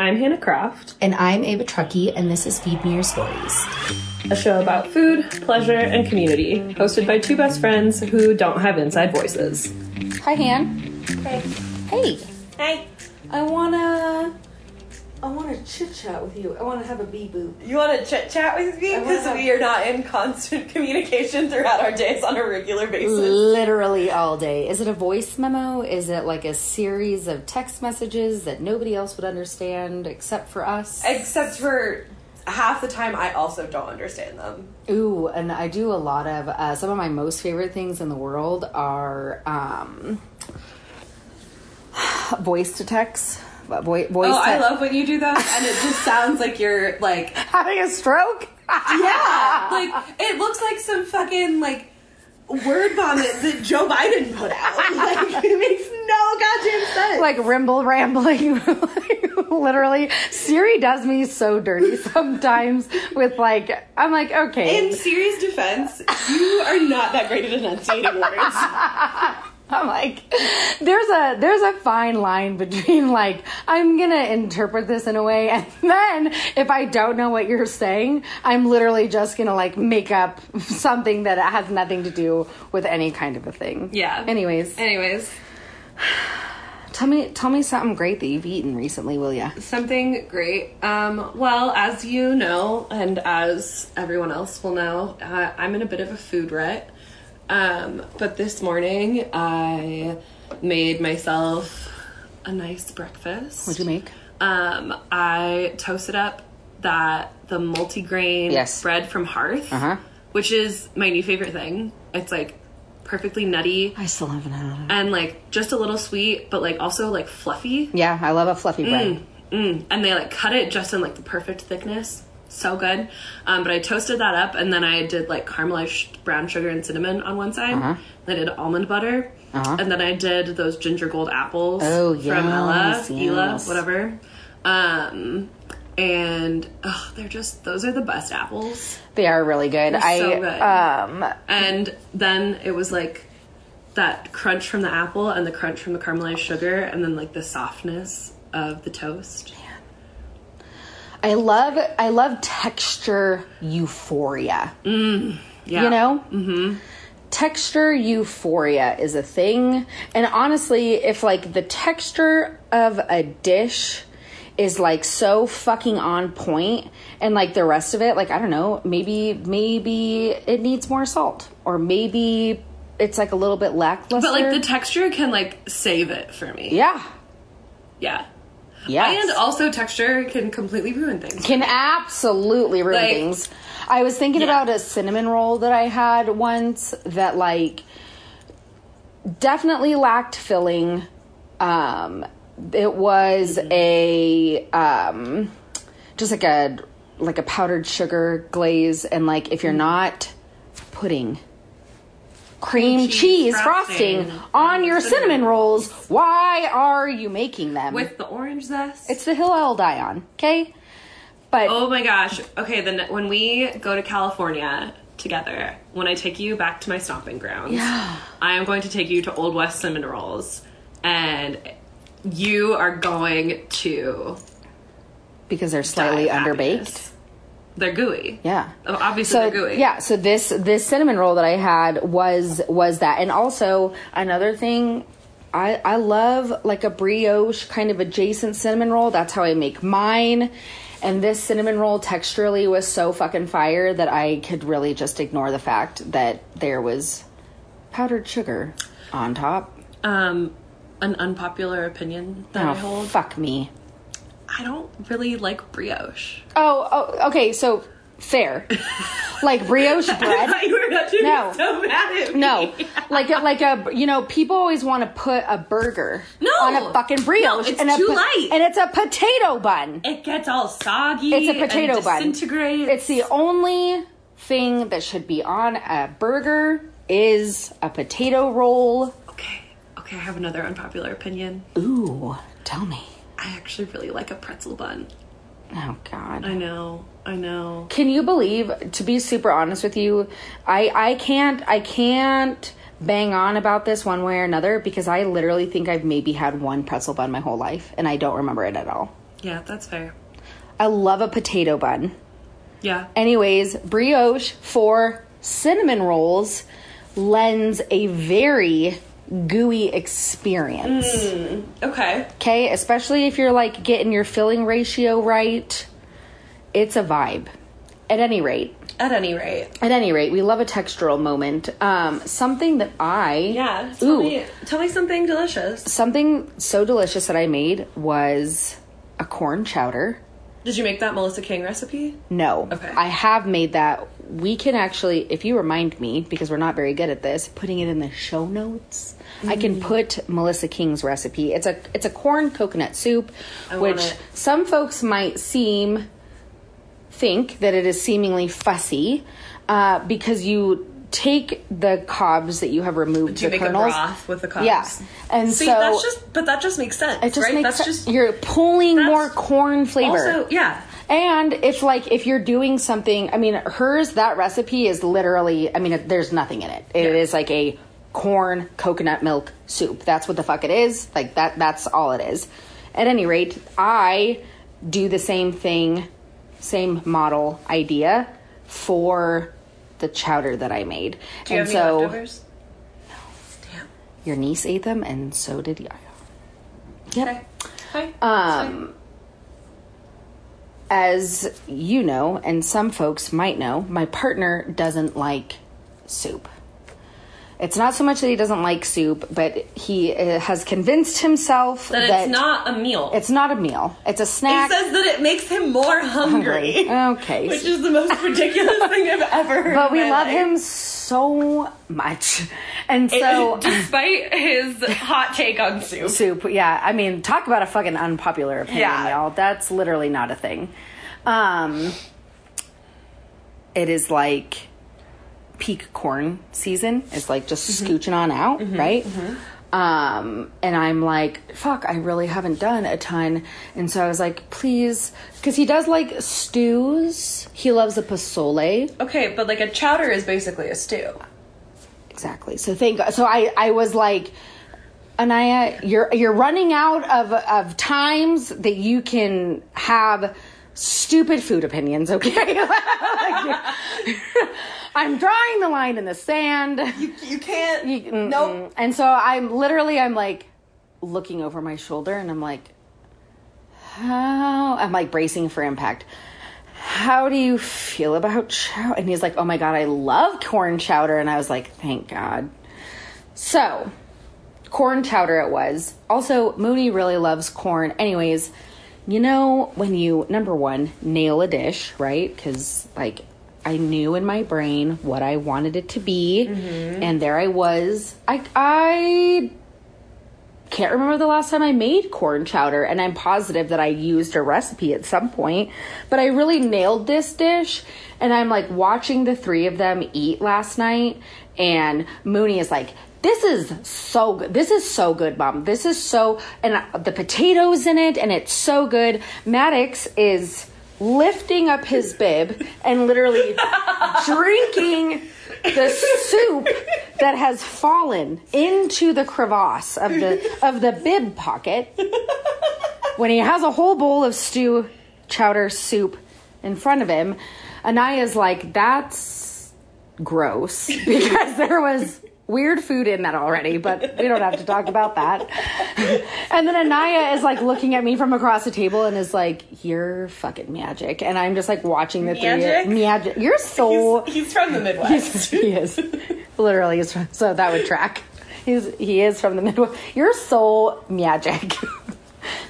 I'm Hannah Croft, And I'm Ava Truckee, and this is Feed Me Your Stories. a show about food, pleasure, and community, hosted by two best friends who don't have inside voices. Hi, Han. Hey. Hey. Hey, I wanna. I want to chit chat with you. I want to have a bee boop. you want to chit chat with me? Because we are not in constant communication throughout our days on a regular basis. Literally all day. Is it a voice memo? Is it like a series of text messages that nobody else would understand except for us? Except for half the time, I also don't understand them. Ooh, and I do a lot of uh, some of my most favorite things in the world are um, voice to text. Vo- Voice, voice Oh, I to- love when you do those, and it just sounds like you're like having a stroke. Yeah, like it looks like some fucking like word vomit that Joe Biden put out. Like it makes no goddamn sense. like rimble rambling like, literally siri does me so dirty sometimes with like i'm like okay in serious defense, you are not that great at enunciating words. i'm like there's a there's a fine line between like i'm gonna interpret this in a way and then if i don't know what you're saying i'm literally just gonna like make up something that has nothing to do with any kind of a thing Yeah. anyways Anyways, tell me tell me something great that you've eaten recently will ya something great. Um, well, as you know, and as everyone else will know, uh, I'm in a bit of a food rut. Um, but this morning, I made myself a nice breakfast. what'd you make Um, I toasted up that the multigrain Yes. bread from Hearth, Uh-huh. which is my new favorite thing. It's like perfectly nutty i still haven't had it and like just a little sweet, but like also like fluffy. yeah i love a fluffy bread Mm. And they like cut it just in like the perfect thickness. So good. Um, but I toasted that up and then I did like caramelized brown sugar and cinnamon on one side. Uh-huh. Then I did almond butter. And then I did those ginger gold apples Oh, from Ella, yes, Ela, yes. whatever. Um, and oh, they're just, those are the best apples. They are really good. I so good. um And then it was like that crunch from the apple and the crunch from the caramelized sugar and then like the softness of the toast. I love I love texture euphoria. Yeah. You know? Mm-hmm. Texture euphoria is a thing. And honestly, if like the texture of a dish is like so fucking on point and like the rest of it, like I don't know, maybe maybe it needs more salt. Or maybe it's like a little bit lackluster. But like the texture can like save it for me. Yeah. Yeah. Yes. And also texture can completely ruin things. can absolutely ruin Like- things. I was thinking Yeah. about a cinnamon roll that I had once that like definitely lacked filling. Um, it was a um, just like a like a powdered sugar glaze, and like if you're not putting cream cheese cheese, frosting, frosting on your cinnamon rolls, why are you making them? With the orange zest. it's the hill I'll die on, okay? But oh my gosh. Okay, then when we go to California together, when I take you back to my stomping grounds, I am going to take you to Old West Cinnamon Rolls and you are going to because they're die slightly of underbaked. happiness. They're gooey. Yeah. Oh, Obviously So they're gooey. yeah, so this this cinnamon roll that I had was was that, and also another thing, I I love like a brioche kind of adjacent cinnamon roll. That's how I make mine. And this cinnamon roll texturally was so fucking fire that I could really just ignore the fact that there was powdered sugar on top. Um an unpopular opinion that I Oh, hold. fuck me. I don't really like brioche. Oh, oh, okay, so fair. like brioche bread. thought you were about to No. be so mad at me. No, like a, like a you know people always want to put a burger No. on a fucking brioche No, it's and a too po- light. and it's a potato bun. It gets all soggy. It's a potato and bun. disintegrates. It's the only thing that should be on a burger is a potato roll. okay. Okay, I have another unpopular opinion. Ooh, tell me. I actually really like a pretzel bun. Oh God. I know. I know. Can you believe? To be super honest with you, I I can't I can't bang on about this one way or another because I literally think I've maybe had one pretzel bun my whole life and I don't remember it at all. Yeah, that's fair. I love a potato bun. Yeah. Anyways, brioche for cinnamon rolls lends a very gooey experience. Mm. Okay. Okay, especially if you're like getting your filling ratio right. It's a vibe. At any rate, At any rate. at any rate, we love a textural moment. Um, something that I Yeah. Tell Ooh, me tell me something delicious. something so delicious that I made was a corn chowder. Did you make that Melissa King recipe? No. Okay. I have made that. We can actually, if you remind me, because we're not very good at this, putting it in the show notes. I Mm-hmm. can put Melissa King's recipe. It's a it's a corn coconut soup, want which it. some folks might seem think that it is seemingly fussy uh, because you take the cobs that you have removed. Do you the make kernels. a broth with the cobs? Yeah, and See, so that's just but that just makes sense, it just right? makes that's sense. just you're pulling that's more corn flavor. also yeah. And if like if you're doing something, I mean, hers that recipe is literally, I mean, it- there's nothing in it. It is Yeah. like a corn coconut milk soup. That's what the fuck it is. Like that. That's all it is. At any rate, I do the same thing, same model idea for the chowder that I made. Do you and have so any leftovers? No. your niece ate them, and so did Yaya. Damn. Okay. Okay. Um, as you know, and some folks might know, my partner doesn't like soup. It's not so much that he doesn't like soup, but he uh, has convinced himself that, that, it's not a meal. it's not a meal. It's a it snack. says that it makes him more hungry. Okay. Which is the most ridiculous thing I've ever heard. but we in my love life. him so much. And so despite his hot take on soup. soup. Yeah, I mean, talk about a fucking unpopular opinion, Yeah. y'all. That's literally not a thing. Um, it is like peak corn season. It's like just scooching on out, right? Um, and I'm like, fuck, I really haven't done a ton. And so I was like, please, because he does like stews. He loves a pozole. Okay, but like a chowder is basically a stew. Exactly. So thank God. So I, I was like, Anaya, you're you're running out of of times that you can have stupid food opinions. Okay. Like, I'm drawing the line in the sand. You can't. Mm-mm. Mm-hmm. And so I'm literally, I'm like looking over my shoulder and I'm like, how? I'm like bracing for impact. How do you feel about chowder? And he's like, oh my God, I love corn chowder. And I was like, thank God. So, corn chowder it was. Also, Mooney really loves corn. Anyways, you know, when you, number one, nail a dish, right? Because, like, I knew in my brain what I wanted it to be. And there I was. I, I can't remember the last time I made corn chowder, and I'm positive that I used a recipe at some point, but I really nailed this dish. And I'm like watching the three of them eat last night, and Mooney is like, this is so good. This is so good, mom. This is so, and uh, the potatoes in it, and it's so good. Maddox is lifting up his bib and literally drinking the soup that has fallen into the crevasse of the of the bib pocket when he has a whole bowl of stew chowder soup in front of him anaya's like that's gross because there was weird food in that already but we don't have to talk about that and then anaya is like looking at me from across the table and is like you're fucking magic and i'm just like watching the Magic? three magic you're so He's, he's from the Midwest. he is literally is from, so that would track he's he is from the midwest you're so magic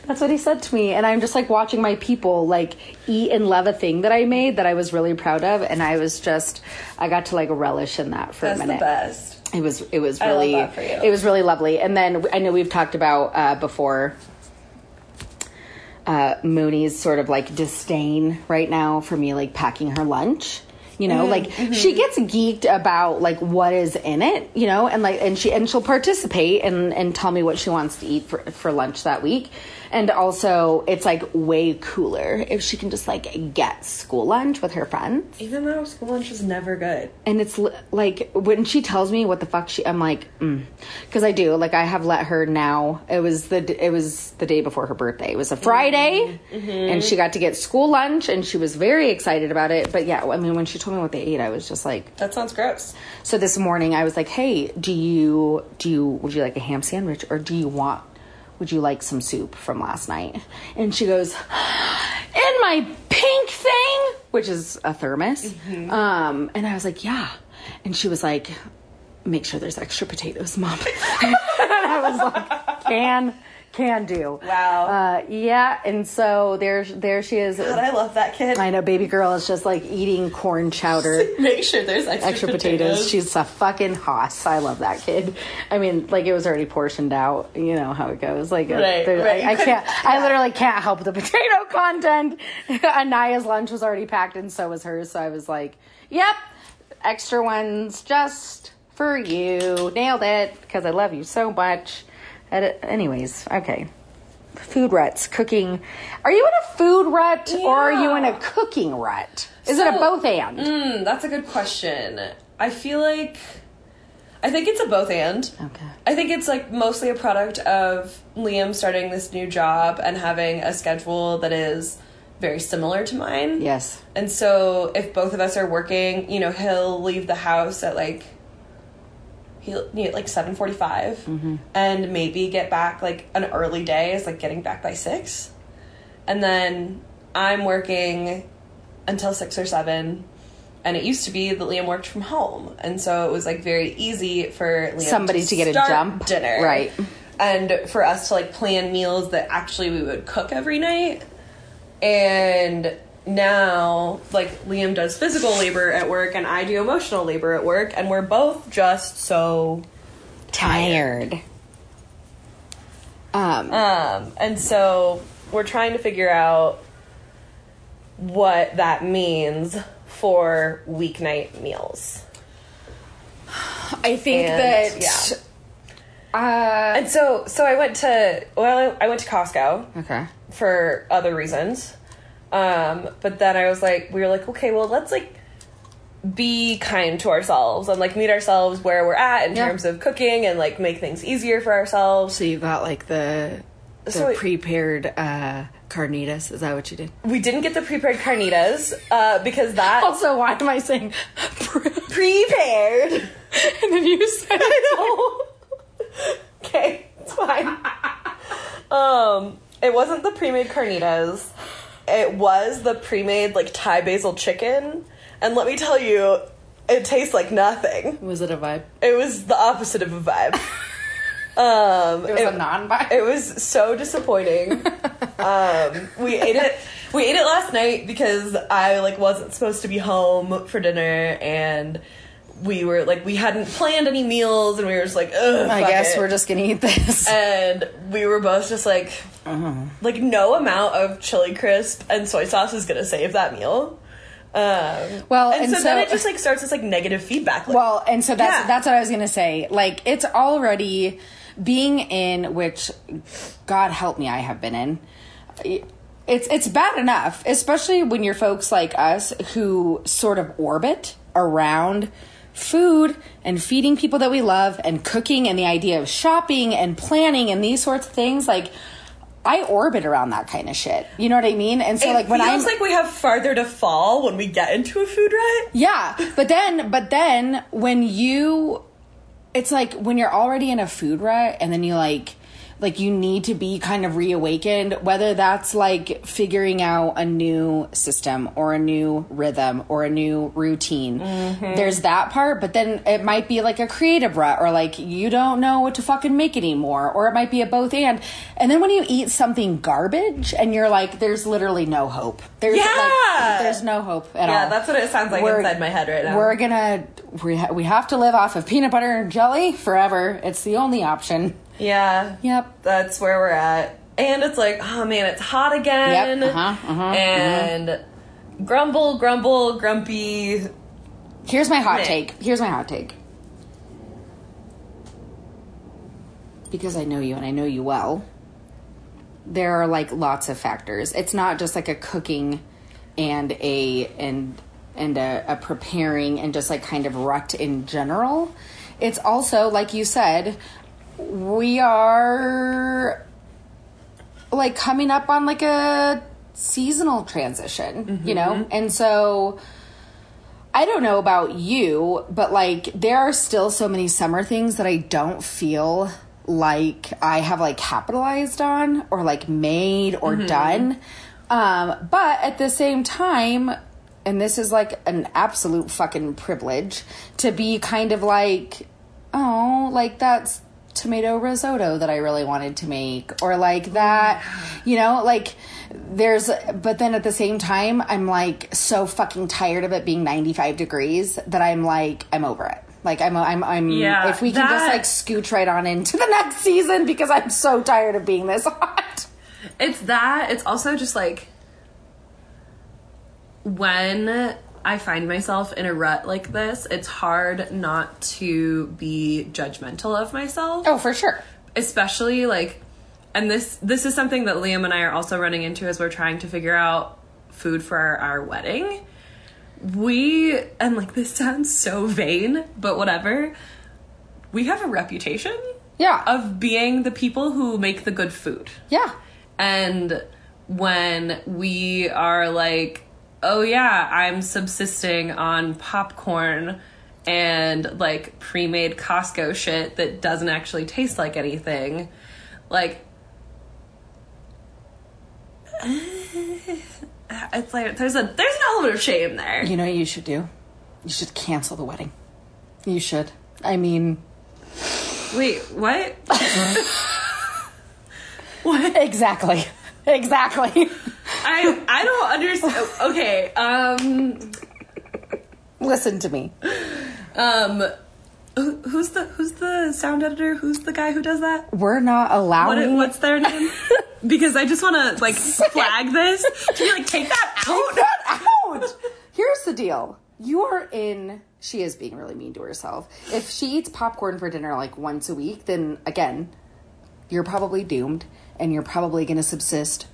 that's what he said to me and i'm just like watching my people like eat and love a thing that i made that i was really proud of and i was just i got to like relish in that for That's a the minute best. it was it was love really that for you. it was really lovely. And then I know we've talked about uh, before uh, Mooney's sort of like disdain right now for me like packing her lunch. you Mm, know like mm-hmm. she gets geeked about like what is in it you know and like and she and she'll participate and and tell me what she wants to eat for for lunch that week and also it's like way cooler if she can just like get school lunch with her friends Even though school lunch is never good. and it's li- like when she tells me what the fuck she i'm like because i do like i have let her now it was the d- it was the day before her birthday it was a friday and she got to get school lunch and she was very excited about it but yeah i mean when she told me what they ate i was just like That sounds gross. so this morning I was like, "Hey, do you do you would you like a ham sandwich or do you want would you like some soup from last night?" And she goes, "In my pink thing, which is a thermos." Um, and I was like, "Yeah." And she was like, "Make sure there's extra potatoes, mom." and I was like, "Can can do." Wow. Uh, yeah, and so there there she is. But I love that kid. I know baby girl is just like eating corn chowder Make sure there's extra, extra potatoes. She- She's a fucking hoss. I love that kid. I mean, like it was already portioned out. You know how it goes. Like uh, Right, there- right. I, I You can't. I literally can't help the potato content. Anaya's lunch was already packed, and so was hers. So I was like, "Yep, extra ones just for you." Nailed it because I love you so much. And it- anyways, okay. Food ruts, cooking. Are you in a food rut or are you in a cooking rut? Is it So- a Mm. both and? Hmm, that's a good question. I feel like I think it's a both and. Okay. I think it's like mostly a product of Liam starting this new job and having a schedule that is very similar to mine. Yes. And so if both of us are working, you know, he'll leave the house at like he will you know, like 7:45 Mm-hmm. and maybe get back like an early day is like getting back by 6. And then I'm working until 6 or 7. And it used to be that Liam worked from home, and so it was like very easy for Liam Somebody to get a start jump. dinner, Right. And for us to like plan meals that actually we would cook every night and now like liam does physical labor at work and i do emotional labor at work and we're both just so tired. Um, um and so we're trying to figure out what that means for weeknight meals I think and- that. Uh, and so so i went to well i went to costco Uh, okay. for other reasons. Um, but then I was like, we were like, okay, well, let's like be kind to ourselves and like meet ourselves where we're at in Yeah. terms of cooking and like make things easier for ourselves. So you got like the the So it- prepared uh, carnitas. Is that what you did? We didn't get the prepared carnitas uh, because that Also, why am I saying pre- prepared. and then you said okay, it's fine. um, it wasn't the pre-made carnitas. It was the pre-made like Thai basil chicken, and let me tell you, it tastes like nothing. was it a vibe? It was the opposite of a vibe. um, it was non-vibe. It was so disappointing. um, we ate it. We ate it last night because I like wasn't supposed to be home for dinner, and we were like we hadn't planned any meals, and we were just like, ugh. I fuck guess it." we're just gonna eat this. And we were both just like, Uh-huh. like no amount of chili crisp and soy sauce is gonna save that meal. Um, Well, and, and so, then so- it just like starts this like negative feedback loop. well, and so that's Yeah. that's what I was gonna say. Like it's already being in which, God help me, I have been in. It's it's bad enough, especially when you're folks like us who sort of orbit around food and feeding people that we love and cooking and the idea of shopping and planning and these sorts of things like. I orbit around that kind of shit. You know what I mean? And so, it like when feels I'm like we have farther to fall when we get into a food rut. Yeah, but then but then when you it's like when you're already in a food rut and then you like like you need to be kind of reawakened whether that's like figuring out a new system or a new rhythm or a new routine Mm-hmm. there's that part but then it might be like a creative rut or like you don't know what to fucking make anymore or it might be a both and and then when you eat something garbage and you're like there's literally no hope there's Yeah. like there's no hope at all Yeah, that's what it sounds like we're- inside my head right now. We're gonna we, ha- we have to live off of peanut butter and jelly forever. It's the only option. yeah. Yep. That's where we're at. And it's like, oh man, it's hot again. Yep, uh-huh, uh-huh, and grumble, grumble, grumpy, Here's my hot Nick. take. Here's my hot take. Because I know you and I know you well, there are like lots of factors. It's not just like a cooking and a and and a, a preparing and just like kind of rut in general. It's also like you said, we are like coming up on like a seasonal transition, you know? And so I don't know about you, but like there are still so many summer things that I don't feel like I have like capitalized on or like made or done. Um, but at the same time, and this is like an absolute fucking privilege to be kind of like, oh, like that's tomato risotto that I really wanted to make or like that you know like there's but then at the same time I'm like so fucking tired of it being 95 degrees that I'm like I'm over it like I'm I'm I'm Yeah, if we can just that- like scooch right on into the next season because I'm so tired of being this hot It's that. It's also just like when I find myself in a rut like this, it's hard not to be judgmental of myself. oh for sure especially like and this this is something that Liam and I are also running into as we're trying to figure out food for our, our wedding. We and like this sounds so vain, but whatever. We have a reputation yeah of being the people who make the good food. yeah And when we are like, oh yeah, I'm subsisting on popcorn and like pre made Costco shit that doesn't actually taste like anything, like, it's like there's a there's an element of shame there. you know what you should do you should cancel the wedding you should I mean Wait, what? exactly exactly I I don't understand. Okay, um, listen to me um, who, who's the who's the sound editor? Who's the guy who does that? we're not allowing What, what's their name? because I just want to like flag this. Can you like take that out? that out. Here's the deal. You are in. She is being really mean to herself. If she eats popcorn for dinner like once a week, then again, you're probably doomed, and you're probably going to subsist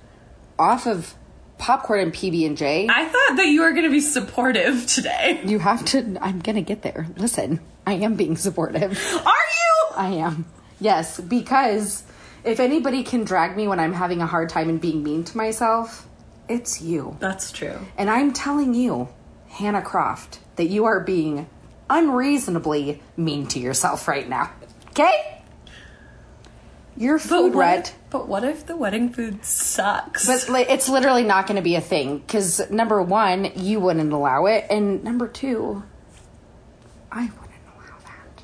off of popcorn and PB and J. I thought that you were going to be supportive today. You have to. I'm going to get there. Listen, I am being supportive. Are you? I am. Yes, because if anybody can drag me when I'm having a hard time and being mean to myself, it's you. That's true. And I'm telling you, Hannah Croft, that you are being unreasonably mean to yourself right now. Okay? Your food rut. but what if the wedding food sucks? But li- it's literally not going to be a thing because number one, you wouldn't allow it, and number two, I wouldn't allow that.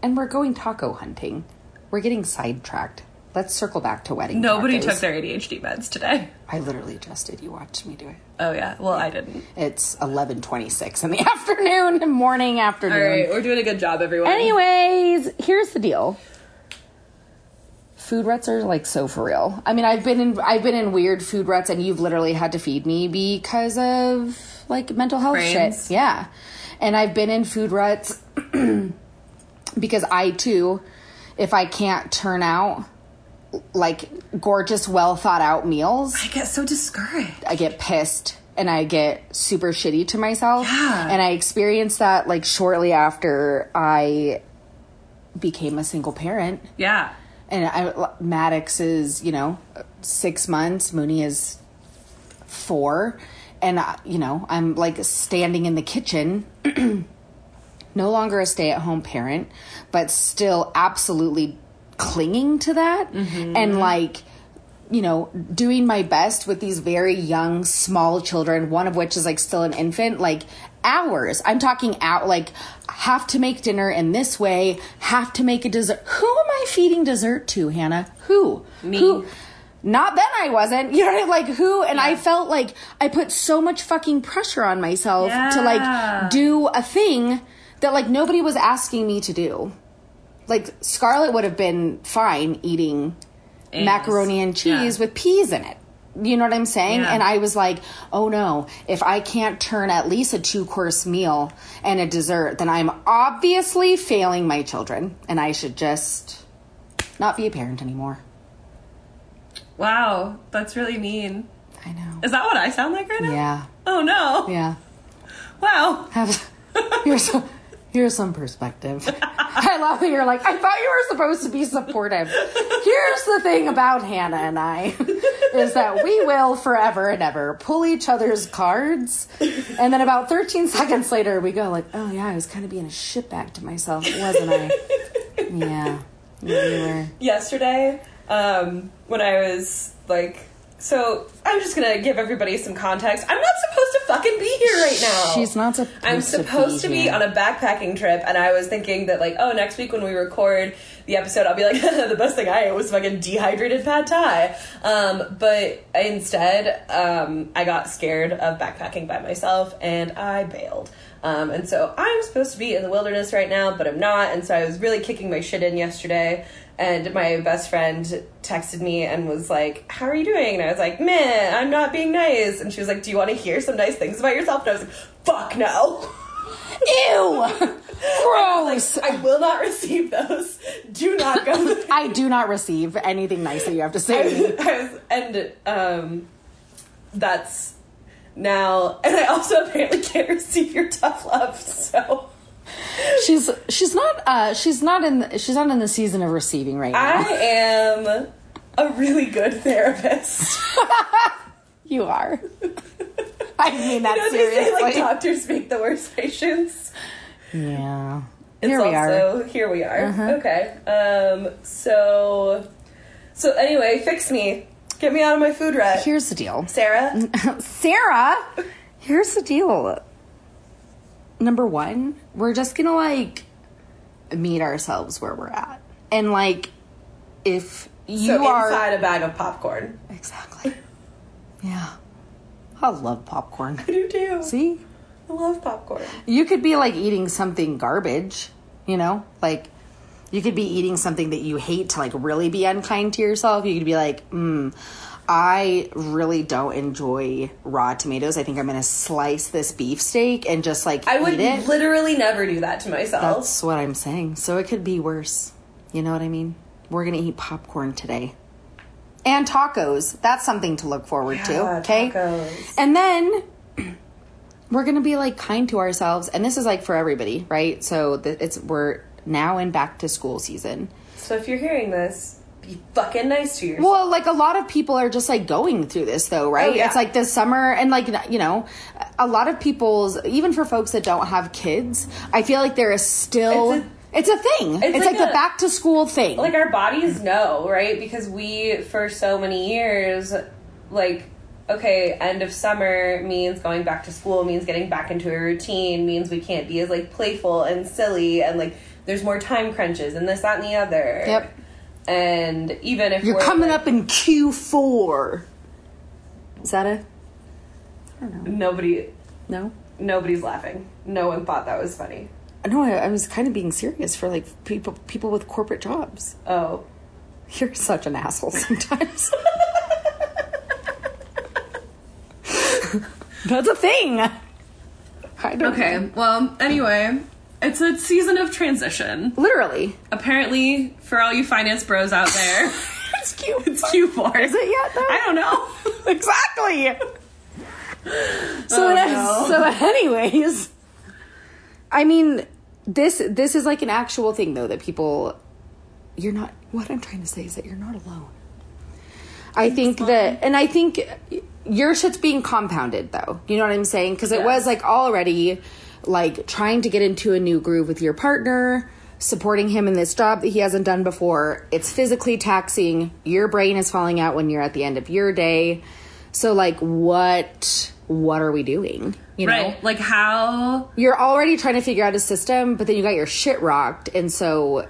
And we're going taco hunting. We're getting sidetracked. Let's circle back to wedding. Nobody tacos. took their ADHD meds today. I literally just did. You watched me do it. Oh yeah. Well, I didn't. It's eleven twenty six in the afternoon, morning, afternoon. All right, we're doing a good job, everyone. Anyways, here's the deal. Food ruts are like so for real. I mean, I've been in I've been in weird food ruts, and you've literally had to feed me because of like mental health Brains. shit. Yeah, and I've been in food ruts because I too, if I can't turn out like gorgeous, well thought out meals, I get so discouraged. I get pissed and I get super shitty to myself. Yeah. And I experienced that like shortly after I became a single parent. Yeah. And I, Maddox is, you know, six months, Mooney is four. And, I- you know, I'm like standing in the kitchen no longer a stay at home parent, but still absolutely clinging to that and like, you know, doing my best with these very young, small children, one of which is like still an infant, like hours. I'm talking out, like, have to make dinner in this way, have to make a dessert. Who am I feeding dessert to, Hannah? Who? Me. Who? Not then I wasn't. You know what I mean? Like who? And I felt like I put so much fucking pressure on myself to Yeah. like do a thing that like nobody was asking me to do. Like Scarlett would have been fine eating Anus. macaroni and cheese Yeah. with peas in it. You know what I'm saying? Yeah. And I was like, oh no, if I can't turn at least a two course meal and a dessert, then I'm obviously failing my children and I should just not be a parent anymore. Wow, that's really mean. I know. Is that what I sound like right now? Yeah. Oh no. Yeah. Wow. Have here's some here's some perspective. I love that you're like, I thought you were supposed to be supportive. Here's the thing about Hannah and I is that we will forever and ever pull each other's cards and then about 13 seconds later we go like, Oh yeah, I was kinda being a shitbag to myself, wasn't I? yeah. Yeah, you were. yesterday um, when I was like, so I'm just gonna give everybody some context. I'm not supposed to fucking be here right now. She's not supposed I'm to be supposed to be, here. on a backpacking trip, and I was thinking that like, oh, next week when we record the episode, I'll be like, the best thing I ate was fucking dehydrated pad thai. Um, but instead, um, I got scared of backpacking by myself, and I bailed. Um, and so I'm supposed to be in the wilderness right now, but I'm not. And so I was really kicking my shit in yesterday. And my best friend texted me and was like, How are you doing? And I was like, Meh, I'm not being nice. And she was like, Do you want to hear some nice things about yourself? And I was like, Fuck no. Ew! Gross! I will not receive those. Do not go there. I do not receive anything nice that you have to say to me. I was, and um, that's now. And I also apparently can't receive your tough love. So She's she's not uh she's not in she's not in the season of receiving right now. I am a really good therapist. you are. I mean that You know, they say seriously. like doctors make the worst patients. yeah. It's Here we are. Uh-huh. also, Here we are. Okay. Um. So. So anyway, fix me. Get me out of my food rut, Here's the deal. Sarah. Sarah, here's the deal. Number 1, we're just going to like meet ourselves where we're at. And like if you so are inside a bag of popcorn. exactly. Yeah. I love popcorn. I do too. See? I love popcorn. you could be like eating something garbage, you know? Like you could be eating something that you hate to like really be unkind to yourself. You could be like, mm, I really don't enjoy raw tomatoes. I think I'm gonna slice this beefsteak and just like I would eat it. literally never do that to myself. That's what I'm saying. So it could be worse. You know what I mean? We're gonna eat popcorn today. And tacos. That's something to look forward to. Yeah, Okay. tacos. And then we're gonna be like kind to ourselves, and this is like for everybody, right? So th- it's we're now in back to school season. so if you're hearing this, be fucking nice to yourself. Well, like a lot of people are just like going through this though, right? Oh, yeah. It's like this summer and like you know, a lot of people's even for folks that don't have kids, I feel like there is still It's it's a- a, thing. It's, like, like a- the back to school thing. like our bodies know, right? Because we for so many years like okay, end of summer means going back to school, means getting back into a routine, means we can't be as like playful and silly and like there's more time crunches and this that and the other. Yep. And even if You're we're, coming like- up in Q4. Is that a nobody no? nobody's laughing. No one thought that was funny. No, I, I was kind of being serious for like people people with corporate jobs. Oh. You're such an asshole sometimes. That's a thing. I don't Okay. Well, anyway, it's a season of transition. Literally. Apparently, for all you finance bros out there, It's cute. it's Q4. Is it yet, though? I don't know. Oh, Exactly. So, it- no. so anyways, I mean, this this is like an actual thing though that people you're not what I'm trying to say is that you're not alone. I think that and I think your shit's being compounded though. You know what I'm saying? Cuz it Yeah. was like already like trying to get into a new groove with your partner, supporting him in this job that he hasn't done before. It's physically taxing. Your brain is falling out when you're at the end of your day. So like what what are we doing? You know? Right. Like how You're already trying to figure out a system, but then you got your shit rocked and so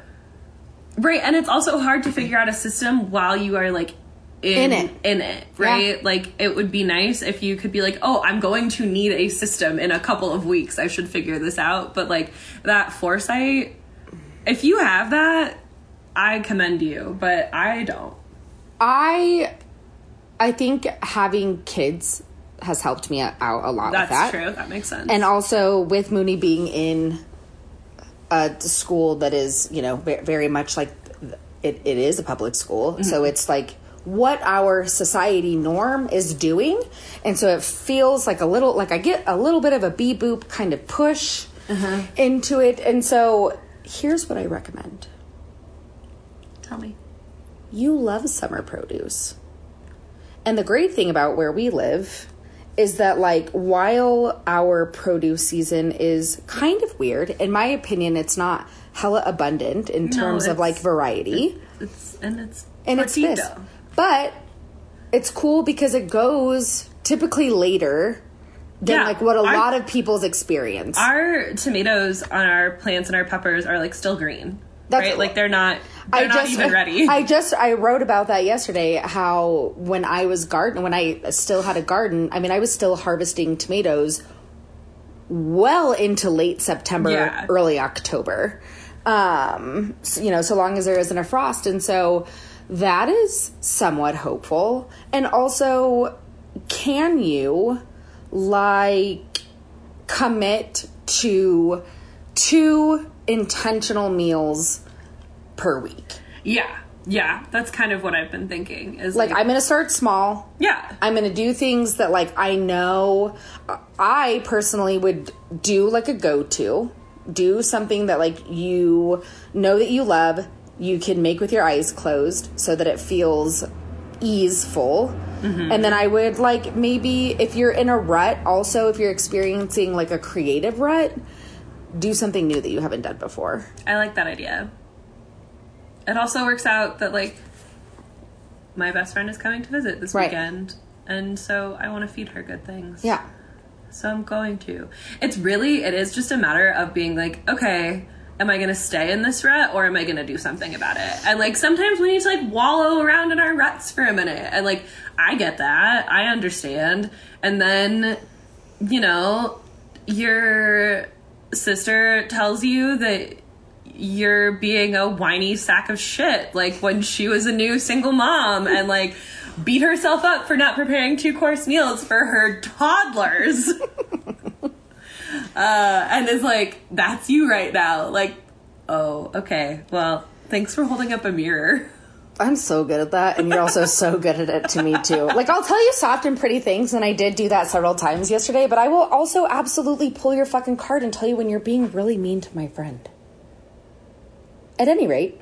right and it's also hard to figure out a system while you are like in, In it. in it, right? Like it would be nice if you could be like, "Oh, I'm going to need a system in a couple of weeks. I should figure this out." But like that foresight if you have that, I commend you, but I don't. I I think having kids has helped me out a lot That's with that. true. That makes sense. And also with Mooney being in a school that is, you know, ve- very much like th- it, it is a public school. Mm-hmm. So it's like what our society norm is doing. And so it feels like a little, like I get a little bit of a bee boop kind of push Uh-huh. into it. And so here's what I recommend tell me. you love summer produce. And the great thing about where we live is that, like, while our produce season is kind of weird, in my opinion, it's not hella abundant in terms of it's- like variety. It's and it's and it's this. Portillo. But it's cool because it goes typically later than Yeah, like what a our- lot of people's experience. Our tomatoes on our plants and our peppers are like still green. That's- right? Like they're not they're not even ready. I just I wrote about that yesterday. How when I was garden, when I still had a garden, I mean, I was still harvesting tomatoes well into late September, Yeah. early October. Um, s- you know, so long as there isn't a frost, and so that is somewhat hopeful. And also, can you like commit to two intentional meals per week? yeah. Yeah. That's kind of what I've been thinking. Is Like, I'm gonna start small. Yeah. I'm gonna do things that like I know I personally would do like a go to, do something that like you know that you love, you can make with your eyes closed so that it feels easeful. And then I would like maybe if you're in a rut, also if you're experiencing like a creative rut, do something new that you haven't done before. I like that idea. It also works out that like my best friend is coming to visit this Right. weekend. And so I want to feed her good things. Yeah. So I'm going to. It's really it is just a matter of being like, okay, am I going to stay in this rut or am I going to do something about it? And like sometimes we need to like wallow around in our ruts for a minute. And like I get that. I understand. And then you know, your sister tells you that you're being a whiny sack of shit like when she was a new single mom and like beat herself up for not preparing two course meals for her toddlers uh, and is like that's you right now like oh okay well thanks for holding up a mirror I'm so good at that, and you're also so good at it to me too. Like I'll tell you soft and pretty things, and I did do that several times yesterday. But I will also absolutely pull your fucking card and tell you when you're being really mean to my friend. At any rate,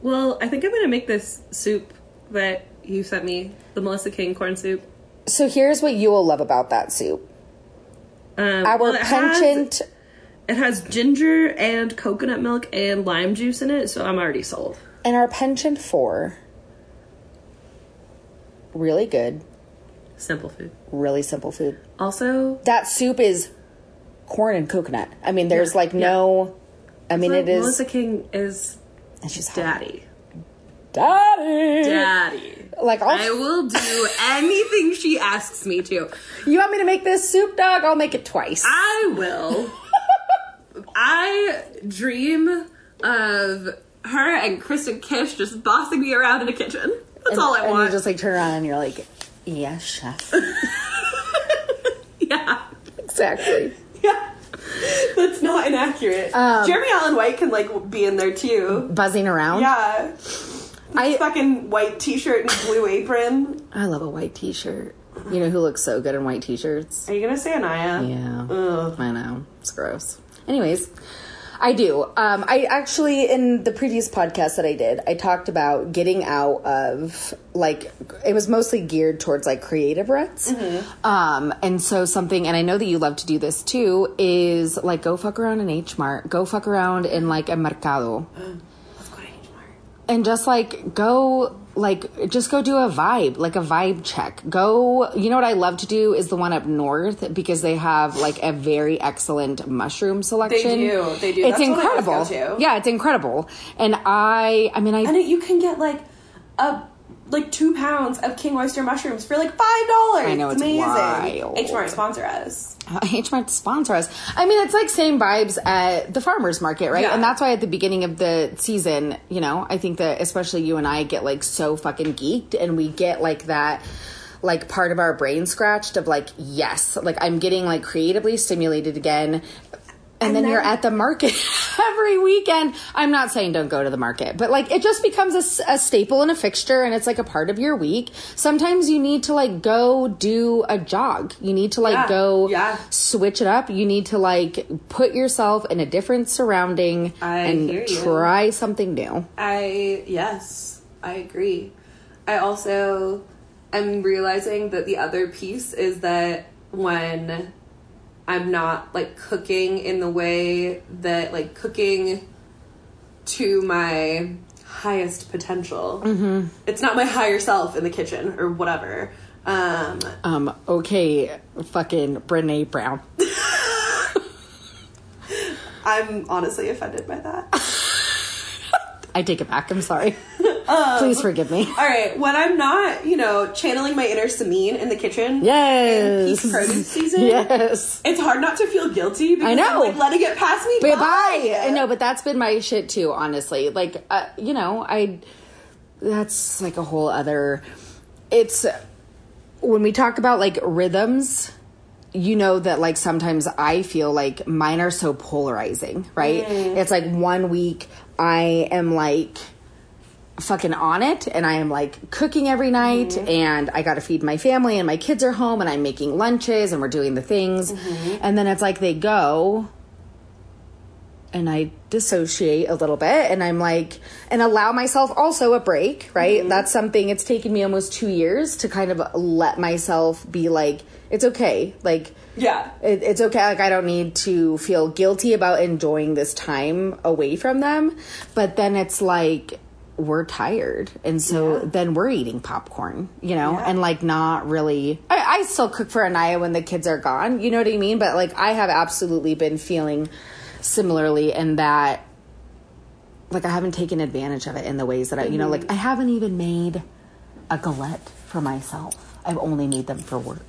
well i think i'm gonna make this soup that you sent me the melissa king corn soup so here's what you will love about that soup: um, our penchant. It has ginger and coconut milk and lime juice in it, so I'm already sold. And our penchant for really good, Simple food. really simple food. Also, That soup is corn and coconut. I mean, there's like no. I mean, it is. Melissa King is and she's hot. daddy. Daddy. Daddy. Like I'll, I will do anything she asks me to. you want me to make this soup, dog? I'll make it twice. I will. I dream of her and Kristen Kish just bossing me around in a kitchen. That's all I and want. you just like turn around and you're like, yes, chef. yeah. exactly. Yeah. That's not inaccurate. Um, Jeremy Allen White can like be in there too. Buzzing around. Yeah. I- fucking white t-shirt and blue apron. I love a white t-shirt. You know who looks so good in white t-shirts? Are you gonna say Anaya? Yeah. I know. It's gross. Anyways, I do. Um, I actually, in the previous podcast that I did, I talked about getting out of, like, it was mostly geared towards, like, creative ruts. Um, and so something, and I know that you love to do this too, is, like, go fuck around in H Mart. Go fuck around in, like, a mercado Let's go to H Mart. and just like go like just go do a vibe like a vibe check go you know what i love to do is the one up north because they have like a very excellent mushroom selection do, they do. it's That's what I always incredible go to. yeah it's incredible and i i mean i And it, you can get like a like two pounds of king oyster mushrooms for like five dollars. I know, it's wild. H Mart sponsor us. H Mart sponsor us. I mean, it's like same vibes at the farmers market, right? Yeah. And that's why at the beginning of the season, you know, I think that especially you and I get like so fucking geeked, and we get like that, like part of our brain scratched of like, yes, like I'm getting like creatively stimulated again. And, then, you're at the market every weekend. I'm not saying don't go to the market, but like it just becomes a s a a staple and a fixture and it's like a part of your week. Sometimes you need to like go do a jog. You need to like Yeah. go Yeah. switch it up. You need to like put yourself in a different surrounding I hear and you. try something new. I yes, I agree. I also am realizing that the other piece is that when I'm not like cooking in the way that like cooking to my highest potential. It's not my higher self in the kitchen or whatever. Um, Um, okay, fucking Brene Brown. I'm honestly offended by that. I take it back. I'm sorry. Um, Please forgive me. All right, when I'm not, you know, channeling my inner Samine in the kitchen, in Yes. peak produce season, Yes. it's hard not to feel guilty because I know. am like letting it pass me Bye by. bye. I know, but that's been my shit too, honestly. Like, uh, you know, I. That's like a whole other. It's. When we talk about like rhythms, you know that like sometimes I feel like mine are so polarizing, right? It's like one week I am like fucking on it and I am like cooking every night and I got to feed my family and my kids are home and I'm making lunches and we're doing the things. And then it's like they go and I dissociate a little bit and I'm like and allow myself also a break, right? That's something it's taken me almost 2 years to kind of let myself be like it's okay. Like Yeah. it, it's okay. Like I don't need to feel guilty about enjoying this time away from them. But then it's like we're tired, and so then we're eating popcorn, you know, and like not really. I, I still cook for Anaya when the kids are gone. You know what I mean? But like I have absolutely been feeling similarly in that. Like I haven't taken advantage of it in the ways that I, you know, like I haven't even made a galette for myself. I've only made them for work.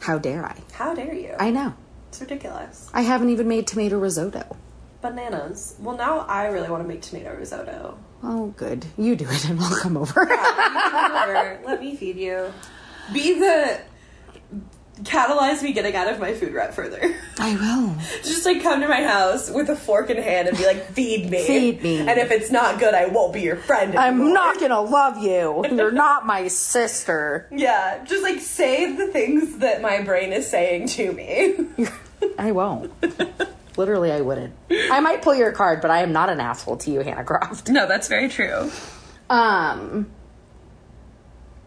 How dare I? How dare you? I know. it's ridiculous. I haven't even made tomato risotto. Bananas. Well, now I really want to make tomato risotto. Oh, good. You do it and I'll come over. Whatever. Let me feed you. Be the catalyze me getting out of my food rut further. I will. Just like come to my house with a fork in hand and be like, feed me. Feed me. And if it's not good, I won't be your friend. anymore. gonna love you. You're not my sister. Yeah. Just like say the things that my brain is saying to me. I won't. Literally, I wouldn't. I might pull your card, but I am not an asshole to you, Hannah Croft. no, that's very true. Um,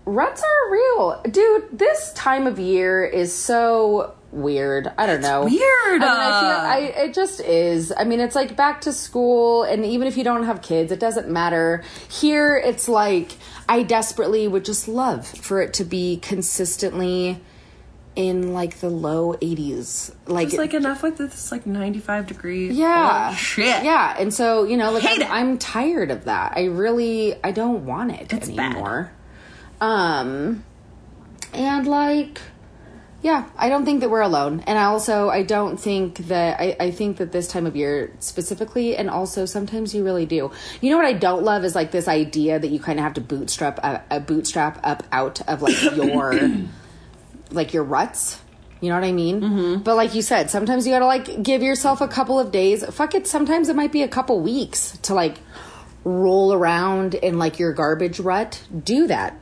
ruts are real, dude. This time of year is so weird. I don't know. weird. I mean, I feel, I, it just is. I mean, it's like back to school, and even if you don't have kids, it doesn't matter. Here, it's like I desperately would just love for it to be consistently in like the low 80s. Like, It's like enough with this like 95 degree. yeah. Oh, shit. Yeah. And so, you know, like I'm, Hate it. I'm tired of that. I really, I don't want it It's bad. anymore. Um, and like, yeah, I don't think that we're alone. And I also, I don't think that, I, I think that this time of year specifically, and also sometimes you really do. You know what I don't love is like this idea that you kind of have to bootstrap, a, a bootstrap up out of like your, like your ruts. You know what I mean? Mm-hmm. But like you said, sometimes you gotta like give yourself a couple of days. Fuck it, sometimes it might be a couple weeks to like roll around in like your garbage rut. Do that.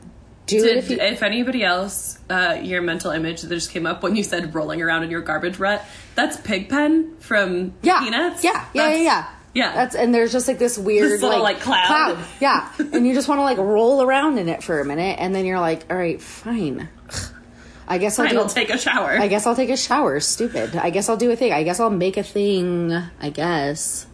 Do it Did, if you if anybody else, uh, your mental image that just came up when you said rolling around in your garbage rut, that's Pigpen from yeah. Peanuts. Yeah, yeah, That's- yeah, yeah. Yeah. That's and there's just like this weird This little, like, cloud. Yeah. and you just wanna like roll around in it for a minute and then you're like, all right, fine. I guess I'll Fine, do I'll take a shower. I guess I'll take a shower. Stupid. I guess I'll do a thing. I guess I'll make a thing. I guess.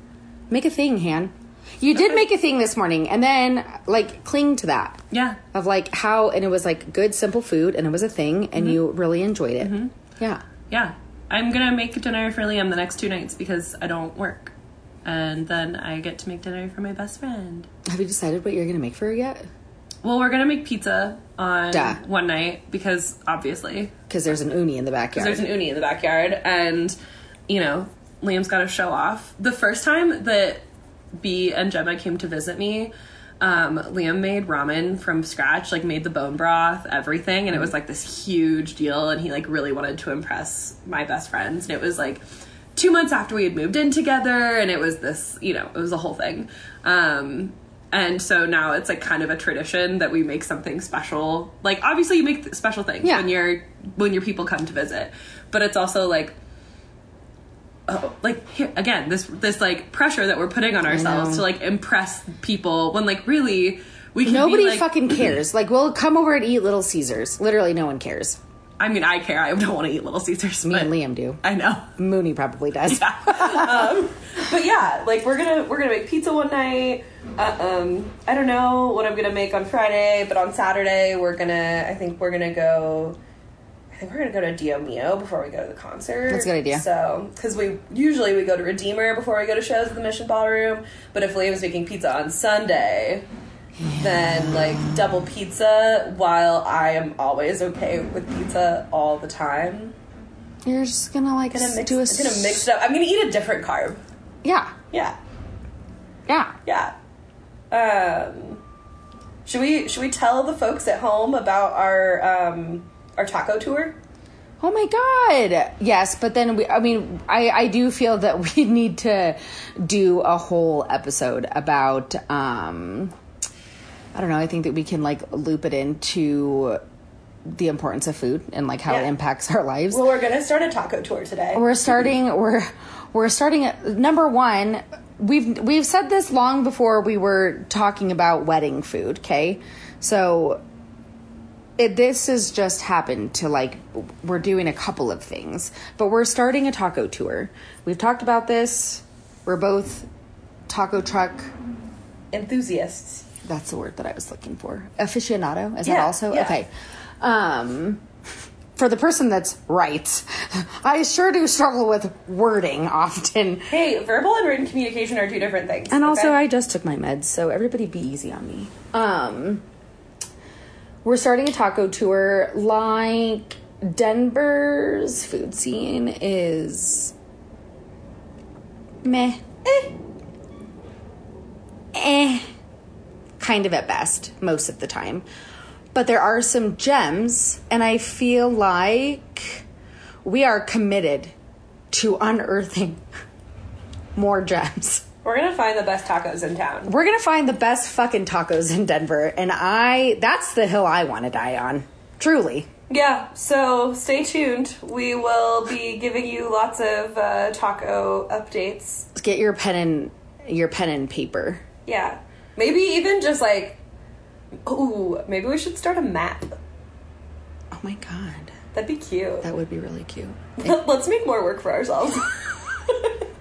Make a thing, Han. You did make a thing this morning and then, like, cling to that. yeah. Of, like, how, and it was, like, good, simple food and it was a thing Mm-hmm. and you really enjoyed it. Yeah. Yeah. I'm going to make dinner for Liam the next two nights because I don't work. And then I get to make dinner for my best friend. Have you decided what you're going to make for her yet? Well, we're gonna make pizza on Duh. one night because obviously because there's an uni in the backyard. there's an uni in the backyard, and you know Liam's got to show off. The first time that B and Gemma came to visit me, um, Liam made ramen from scratch, like made the bone broth, everything, and it was like this huge deal. And he like really wanted to impress my best friends, and it was like two months after we had moved in together, and it was this, you know, it was a whole thing. Um, and so now it's like kind of a tradition that we make something special. Like obviously you make th- special things Yeah. when your when your people come to visit, but it's also like oh, like here, again this this like pressure that we're putting on ourselves to like impress people when like really we can be, Nobody like- fucking cares. Like, we'll come over and eat Little Caesars. Literally, no one cares. I mean I care I don't want to eat Little Caesars Me but and Liam do. I know Mooney probably does. but yeah like we're gonna we're gonna make pizza one night uh, um I don't know what I'm gonna make on Friday but on Saturday we're gonna I think we're gonna go. I think we're gonna go to Dio Mio before we go to the concert. That's a good idea. So, because we usually we go to Redeemer before we go to shows at the Mission Ballroom. But if Liam's making pizza on Sunday, then like double pizza. While I am always okay with pizza all the time. You're just gonna like I'm gonna mix, do a I'm gonna mix it up. I'm gonna eat a different carb. Yeah, Yeah, yeah. yeah. Um, should we should we tell the folks at home about our um, our taco tour? Oh my god. Yes, but then we I mean I I do feel that we need to do a whole episode about um I don't know, I think that we can like loop it into the importance of food and like how it Yeah. impacts our lives. Well, we're gonna start a taco tour today. we're starting we're we're starting at number 1 We've we've said this long before we were talking about wedding food, okay? So it, this has just happened to like we're doing a couple of things but we're starting a taco tour we've talked about this we're both taco truck Enthusiasts. that's the word that i was looking for aficionado is that Yeah, also yeah. okay um for the person that's right i sure do struggle with wording often Hey, verbal and written communication are two different things. And also, okay? I just took my meds, so everybody be easy on me. Um, we're starting a taco tour. Like Denver's food scene is meh, eh, eh, kind of at best most of the time. But there are some gems, and I feel like we are committed to unearthing more gems we're gonna find the best tacos in town. we're gonna find the best fucking tacos in Denver, and I that's the hill I want to die on. Truly, Yeah, so stay tuned. We will be giving you lots of uh, taco updates. Let's get your pen and your pen and paper. Yeah, maybe even just like, ooh, maybe we should start a map. Oh my god, That'd be cute. that would be really cute. Let's make more work for ourselves.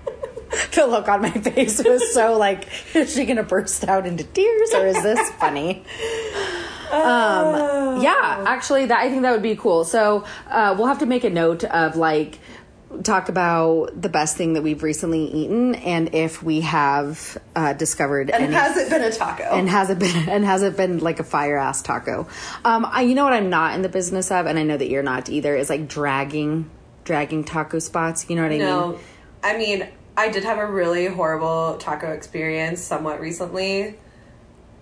The look on my face was so like, is she gonna burst out into tears or is this funny? Um, yeah, actually, that I think that would be cool. So uh, we'll have to make a note of like talk about the best thing that we've recently eaten and if we have uh, discovered and any has it been a taco? and has it been and has it been like a fire ass taco um I, you know what i'm not in the business of and i know that you're not either is like dragging dragging taco spots you know what i mean no, I mean, I did have a really horrible taco experience somewhat recently.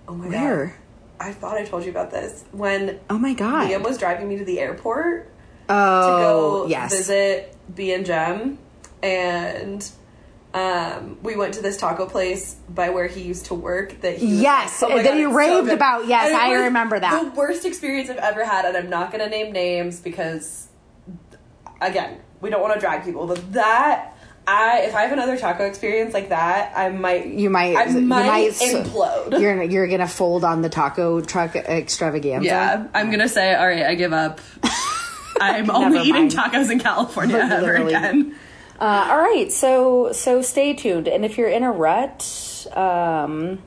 Oh my Where? god. I thought I told you about this. When oh my god Liam was driving me to the airport to oh go yes visit B and Jem, and um, we went to this taco place by where he used to work. That he was Yes, like, "Oh my that God, he it's so raved good." about. Yes, And it I was remember that. The worst experience I've ever had, and I'm not going to name names because, again, we don't want to drag people. But that, I if I have another taco experience like that, I might you might I you might, s- implode. you're you're gonna fold on the taco truck extravaganza Yeah, I'm gonna say, all right, I give up. I'm only Never eating mind. tacos in California ever Literally. again. Uh, all right, so so stay tuned, and if you're in a rut, um,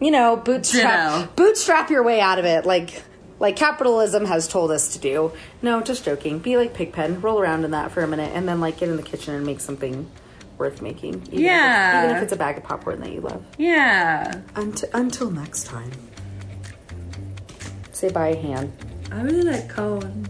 you know bootstrap Ditto. bootstrap your way out of it, like like capitalism has told us to do. No, just joking. Be like Pigpen, roll around in that for a minute, and then like get in the kitchen and make something worth making. Even if it's- Yeah. even if it's a bag of popcorn that you love. Yeah. Until until next time. Say bye, hand. I'm in a cone.